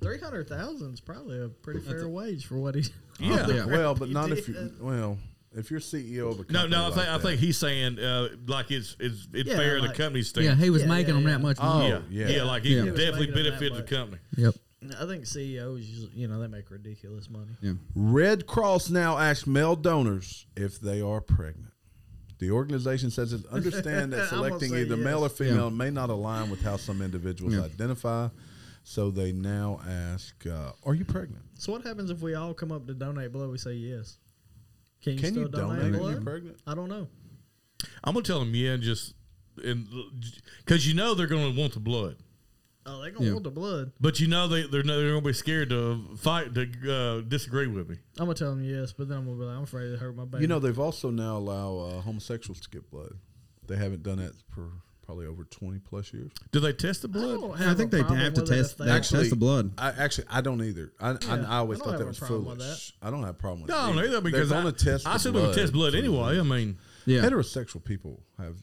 B: Three hundred thousand is probably a pretty fair wage for what he.
D: Yeah.
C: Yeah.
A: Well, but
B: You
A: not
B: did
A: if you
B: that.
A: well if you're CEO of a company
D: No, no, I think
A: like
D: I
A: that.
D: think he's saying uh, like it's it's it's
B: Yeah,
D: fair in the
B: like-
D: company's
E: Yeah,
D: stance.
E: he was
B: Yeah,
E: making them
B: yeah, yeah.
E: that much
C: Uh,
A: Oh,
E: money.
D: yeah,
A: yeah.
D: yeah, like he
C: Yeah.
B: He was
D: definitely
B: making it that
D: benefited the
B: way.
D: company.
E: Yep.
B: I think CEOs, usually- you know, they make ridiculous money.
A: Red Cross now asks male donors if they are pregnant. The organization says it understand that
B: I'm gonna
A: selecting
B: say
A: either male or
B: yes.
A: female may not align with how some individuals identify, so they now ask, uh, "Are you pregnant?
B: So what happens if we all come up to donate blood? We say yes. Can you
A: Can
B: still
A: you
B: donate,
A: donate if
B: blood?
A: you're pregnant?"
B: I don't know.
D: I'm gonna tell him yeah, and just and because you know they're gonna want the blood,
B: Oh, they gonna
C: Yeah.
B: want the blood.
D: but you know they they're not, they're gonna be scared to fight to uh, disagree with me.
B: I'm gonna tell them yes, but then I'm gonna be like, I'm afraid it hurt my baby.
A: You know, they've also now allow uh, homosexuals to get blood. They haven't done that for probably over twenty plus years.
D: Do they test the blood?
B: don't
C: I
B: have
C: think
B: a
C: they
B: problem
C: have to
B: with it if
C: test
B: they-
C: that. Actually, test the blood.
A: I actually I don't either. I I, I always
B: I don't
A: thought
B: have
A: that
B: a
A: was
B: problem with
A: foolish. I don't have a problem with
D: No, I
A: it.
D: don't either because
A: they're
D: I,
A: gonna test.
D: I
A: the
D: said they're
A: blood
D: gonna test blood
A: for
D: anyway. I mean,
C: Yeah.
A: heterosexual people have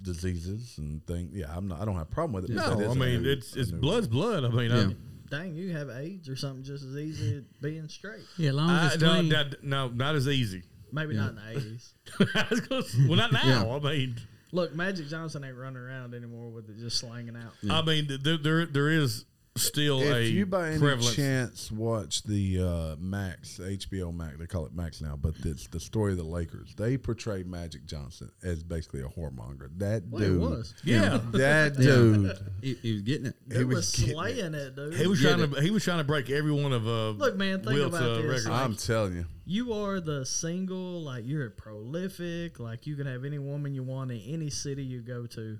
A: diseases and things. Yeah, I'm not. I don't have a problem with it. but that
D: no, I
A: is a
D: mean
A: new-
D: it's
A: a
D: it's
A: new-
D: blood's blood. I mean,
C: Yeah.
D: I,
B: Dang, you have AIDS or something just as easy as being straight.
E: Yeah, long as
D: I,
E: it's
D: no,
E: clean.
D: no, no, not as easy.
B: Maybe not in the eighties.
D: I was gonna say, well, not now.
C: Yeah.
D: I mean,
B: Look, Magic Johnson ain't running around anymore with it just slanging out.
D: I mean, th- there there, there is still a
A: If you by any
D: prevalence.
A: chance watch the uh, Max HBO Max, they call it Max now, but it's the story of the Lakers. They portray Magic Johnson as basically a whoremonger. That
B: Well,
A: dude,
B: it was.
D: yeah,
A: that dude,
C: He, he was getting it.
B: It
A: he
B: was,
A: was getting
B: slaying it, dude.
D: he was
C: Get
D: trying to he was trying to break every one of uh
B: Look, man, think
D: Wilt's,
B: about
D: uh,
B: this.
D: records.
A: I'm telling you,
B: you are the single, like you're prolific, like you can have any woman you want in any city you go to.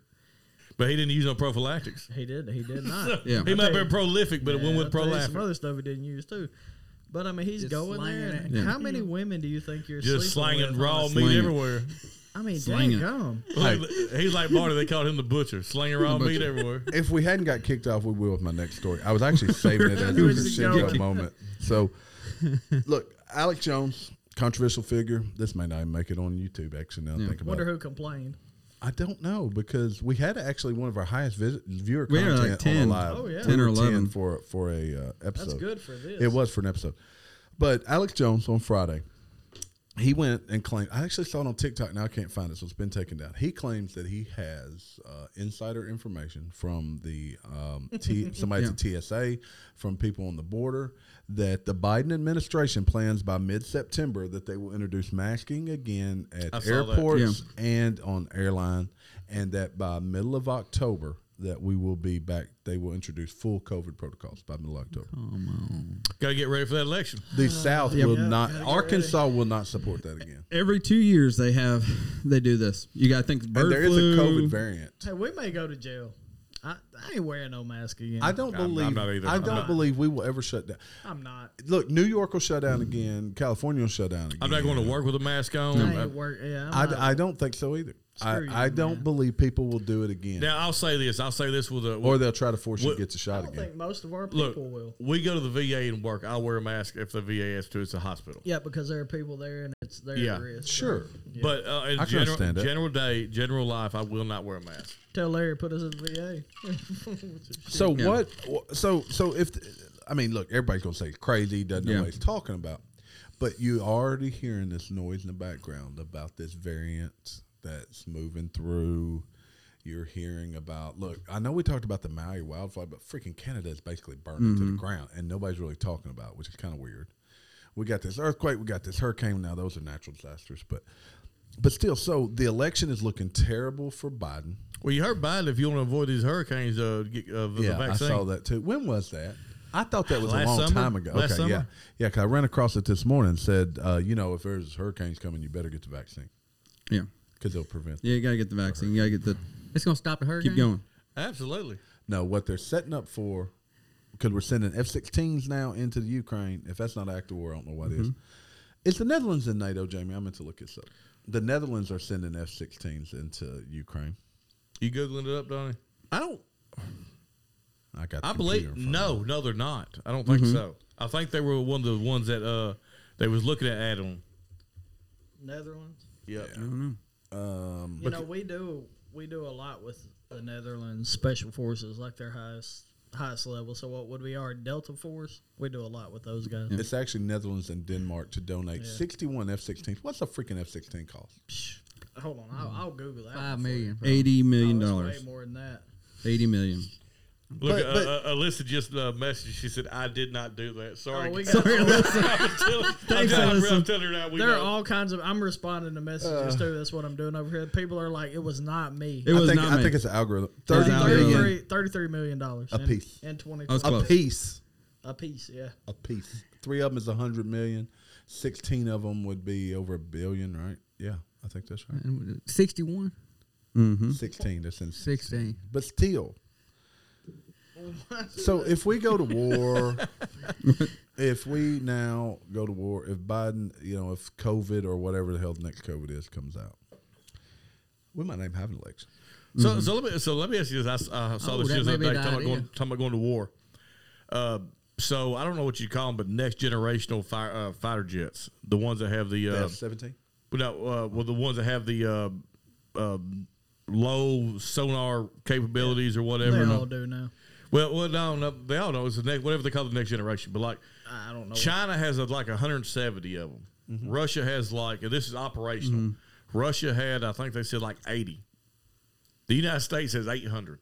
D: but he didn't use no prophylactics.
B: He did. He did not.
C: Yeah.
D: He
B: I
D: might have
B: tell
D: been
B: you-
D: prolific, but it went
B: Yeah,
D: with
B: I'll tell you Some
D: prolactic.
B: other stuff he didn't use too. But I mean, he's
E: Just
B: going there.
E: slanging
B: and
E: it.
B: How many women do you think you're
D: Just
B: sleeping
D: slanging
B: with
D: raw
B: on a-
D: meat
C: Slinging.
D: everywhere.
B: I mean,
C: Slinging.
B: dang gum.
D: He's like Marty. They called him the butcher, slinging raw
C: The
D: meat
C: butcher.
D: everywhere.
A: if we hadn't got kicked off, we will with my next story. I was actually saving it as a
B: Where's it
A: Shingo
B: going?
A: moment. So, look, Alex Jones, controversial figure. This may not even make it on YouTube. Actually, now I think about
B: Wonder
A: it.
B: who complained.
A: I don't know because we had actually one of our highest visit, viewer
C: We had,
A: content
C: like,
A: on the live.
C: 10.
B: Oh, yeah.
C: 10 or
A: We were
C: 11.
A: for for a uh, episode.
B: good for this.
A: It was for an episode. But Alex Jones on Friday, he went and claimed. I actually saw it on TikTok. Now I can't find it, so it's been taken down. He claims that he has uh, insider information from the um, T, somebody at the TSA, from people on the border, that the Biden administration plans by mid-September that they will introduce masking again at
D: I saw that.
A: airports and on airline, and that by middle of October that we will be back. They will introduce full COVID protocols by middle of October.
D: Gotta get ready for that election.
A: The South will not.
B: get
A: Arkansas will not support that again.
C: Every two years they have they do this. You got to think bird
A: and there is
C: flu.
A: a COVID variant.
B: Hey, we may go to jail. I, I ain't wearing no mask again.
A: I don't
D: I'm- I'm
A: believe.
D: not either.
A: I
D: I'm
A: don't
D: not.
A: believe we will ever shut down.
B: I'm not.
A: Look, New York will shut down again. California will shut down again.
D: I'm not going to work with a mask on.
B: I
D: I-
B: ain't work. Yeah, I'm not.
A: I, I don't think so either. I,
B: Screw you,
A: I don't
B: man.
A: believe people will do it again,
D: Now I'll say this. I'll say this with a
A: or they'll try to force you
D: What-
A: to get the
B: I
A: shot
B: don't
A: again.
B: think most of our
D: look.
B: people will.
D: We go to the VA and work. I'll wear a mask if the VA asks to. It's a hospital.
B: Yeah, because there are people there and it's their
D: Yeah,
B: risk. so-
A: Sure,
D: But uh, in
A: I can
D: general,
A: understand that.
D: general day, general life, I will not wear a mask.
B: Tell Larry put us in the VA.
A: So what? wh- So so if I mean, look, everybody's gonna say crazy. Doesn't know
C: Yeah.
A: what he's talking about. But you already hearing this noise in the background about this variant that's moving through. You're hearing about look. I know we talked about the Maui wildfire, but freaking Canada is basically burning to the ground, and nobody's really talking about, it, which is kind of weird. We got this earthquake, we got this hurricane. Now those are natural disasters, but but still. So the election is looking terrible for Biden.
D: Well, you heard Biden. If you want to avoid these hurricanes, uh, get uh, the
A: Yeah, I
D: vaccine.
A: saw that too. When was that? I thought that was
D: Last
A: a long
D: summer?
A: time ago.
D: Last
A: okay, yeah,
D: summer?
A: yeah. Because I ran across it this morning. and Said, uh, you know, if there's hurricanes coming, you better get the vaccine
C: Yeah.
A: because it'll prevent.
C: Yeah, you got to get the vaccine. You got to get the
E: It's gonna stop the hurricane.
C: keep going.
D: Absolutely.
A: No, what they're setting up for, because we're sending F-16s now into the Ukraine. If that's not active war, I don't know what
D: Mm-hmm.
A: is. It's the Netherlands in NATO, Jamie. I meant to look this up. The Netherlands are sending F-16s into Ukraine.
D: You googling it up, Donnie?
A: I don't. I got. the computer
D: I
A: Mm-hmm.
D: believe
A: in front of
D: no, no, they're not. I don't think so. I think they were one of the ones that uh they was looking at Adam.
B: Netherlands.
D: Yep.
C: Mm.
B: You know, we do we do a lot with the Netherlands special forces, like their highest highest level. So what would we are Delta Force? We do a lot with those guys.
A: It's actually Netherlands and Denmark to donate 61 F-16s. What's a freaking F-16 cost?
B: Psh, Hold on, I'll, I'll Google that.
E: Five
B: one for you.
E: million. probably.
C: Eighty million
B: Oh, it's
C: dollars.
B: Way more than that.
C: Eighty million.
D: Look,
A: But- but-
D: uh, uh, Alyssa just uh, messaged. She said, "I did not do that. Sorry."
B: Oh, we got
C: Sorry, listen.
D: I'm,
C: Thanks,
D: telling-
C: Alyssa.
D: I'm telling her that we
B: there are
D: know.
B: all kinds of. I'm responding to messages too. That's what I'm doing over here. People are like, "It was not me."
C: It
A: I
C: was
A: think,
C: not
A: I
C: me.
A: think it's an algorithm.
C: was
A: 30
C: an
A: million
C: algorithm.
B: 33, 33 million dollars
A: A piece.
B: and twenty
C: I was
A: a
C: close.
A: piece.
B: a piece. Yeah,
A: A piece. Three of them is 100 million. 16 of them would be over a billion, right? Yeah, I think that's right.
E: Sixty-one.
C: Mm-hmm.
A: 16. That's in 16.
E: 16.
A: But still. So if we go to war, if we now go to war, if Biden, you know, if COVID or whatever the hell the next COVID is comes out, we might not even have an election.
D: So, so let me so let me ask you this. I s- I, saw
E: Oh,
D: this
E: that
D: just the
E: may be
D: other day
E: the
D: talking about,
E: idea.
D: going, talking about going to war. Uh, so I don't know what you call them, but next generational fire, uh, fighter jets, the ones that have the uh,
A: That's 17.
D: no, uh, well, the ones that have the uh, uh, low sonar capabilities or
B: they
D: whatever.
B: all do now.
D: Well, well, no, no, they all know it's the next whatever they call the next generation. But like
B: I don't know.
D: China has uh, like 170 of them.
B: Mm-hmm.
D: Russia has like and this is operational. Russia had I think they said like 80. The United States has 800.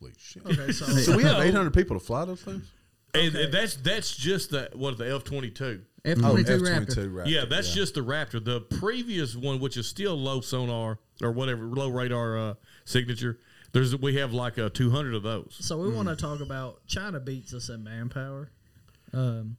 A: Holy shit.
B: Okay, so
A: So we have 800 people to fly those things?
D: And, and that's that's just the what the F twenty two.
E: F
A: Oh,
E: twenty two Raptor.
A: F-22 Raptor.
D: Yeah, that's just the Raptor. The previous one, which is still low sonar or whatever low radar uh, signature. There's we have like uh, two hundred of those.
B: So we want
A: Hmm.
B: to talk about China beats us in manpower. Um,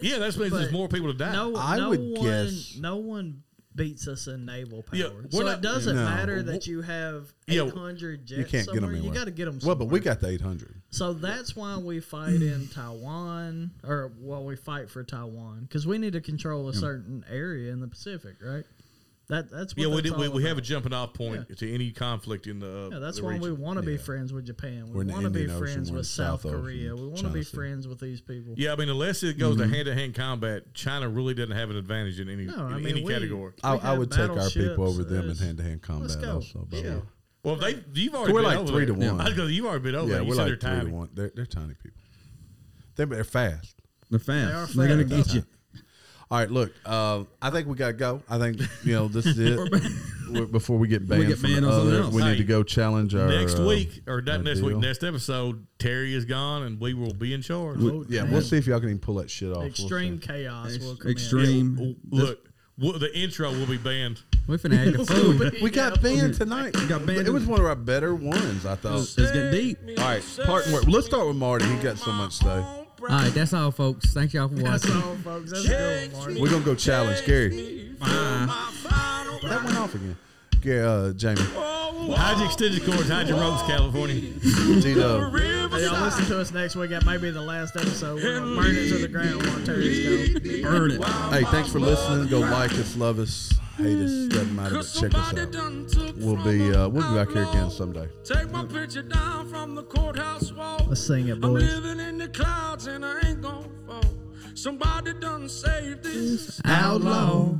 D: Yeah, that means
B: But
D: there's more people to die.
B: no,
A: I
B: no
A: would
B: one,
A: guess-
B: no one beats us in naval power.
D: Yeah,
B: so
D: we're not-
B: it doesn't
A: No.
B: matter that you have
D: Yeah,
B: 800 jets
A: You can't get
B: somewhere.
A: them anywhere.
B: You got to get them.
A: Well, but we got the 800.
B: So that's why we fight in Taiwan, or well, we fight for Taiwan because we need to control a certain area in the Pacific, right? That that's what
D: yeah, we,
B: that's
D: did, we,
B: all
D: we have a
B: about.
D: jumping off point to any conflict in the. uh,
B: Yeah, that's
D: the
B: why we
D: region.
B: want to
A: Yeah.
B: be friends with Japan.
A: We're
B: We
A: in the
B: want to be
A: Indian Ocean,
B: friends
A: we're in
B: with
A: South
B: South
A: Ocean,
B: Korea. We want to
A: China
B: be
A: Sea.
B: friends with these people.
D: Yeah, I mean, unless it goes
A: Mm-hmm.
D: to hand to hand combat, China really doesn't have an advantage in any
B: No,
D: in
B: I mean,
D: any
B: we-
D: category.
A: I,
B: We
A: I
B: have
A: would take our
B: battleships,
A: people over them in
B: it's-
A: hand to hand
B: Let's
A: combat.
B: go.
A: Also, by the
B: Yeah.
A: way.
D: Well, they you've already
A: we're
D: been
A: like
D: over
A: three
D: there.
A: to one.
D: I was gonna, you've already been over.
A: yeah,
D: there. You
A: we're
D: said
A: like
D: they're
A: three to
D: tiny.
A: one. They're, they're tiny people. They're, they're fast.
C: They're
B: are
C: fast. They are going to
B: fast.
C: get you.
A: All right, look. Uh, I think we gotta go. I think you know this is it. We're- Before we get banned
C: get
A: from
C: banned on something
A: other,
C: else.
A: we need
D: Hey,
A: to go challenge our
D: Next
A: uh,
D: week, or not
A: our
D: next week,
A: deal.
D: next episode, Terry is gone and we will be in charge.
B: Oh,
A: Yeah,
B: man.
A: we'll see if y'all can even pull that shit off. We'll
B: Extreme
A: see.
B: chaos will come
C: Extreme.
D: W- Look, w- the intro will be banned.
E: We finna act a
B: in.
E: fool.
A: We got banned tonight.
C: got banned.
A: It was one of our better ones, I thought.
C: It's getting deep.
A: All right, parting work. Let's start with Marty. He got so much to say.
E: All right, that's all, folks. Thank y'all for
B: That's
E: watching.
B: all, folks. That's a good one, Mark.
A: We're gonna go challenge Gary.
C: Bye.
A: That went off again. Gary, uh, Jamie,
D: Hide your extended cords, hide your ropes, California.
A: G Dub.
B: Hey, y'all listen to us next week. That may be the last episode. We're gonna burn it to the ground while Terry's gone.
C: Burn it.
A: Hey, thanks for listening. Go like us, love us, hate us. Doesn't matter. But check us out. We'll be uh, we'll be back here again someday.
G: Take my picture down from the courthouse wall.
B: Let's sing it,
G: I'm
B: boys.
G: living in the clouds and I ain't gonna fall. Somebody done saved this.
E: Outlaw.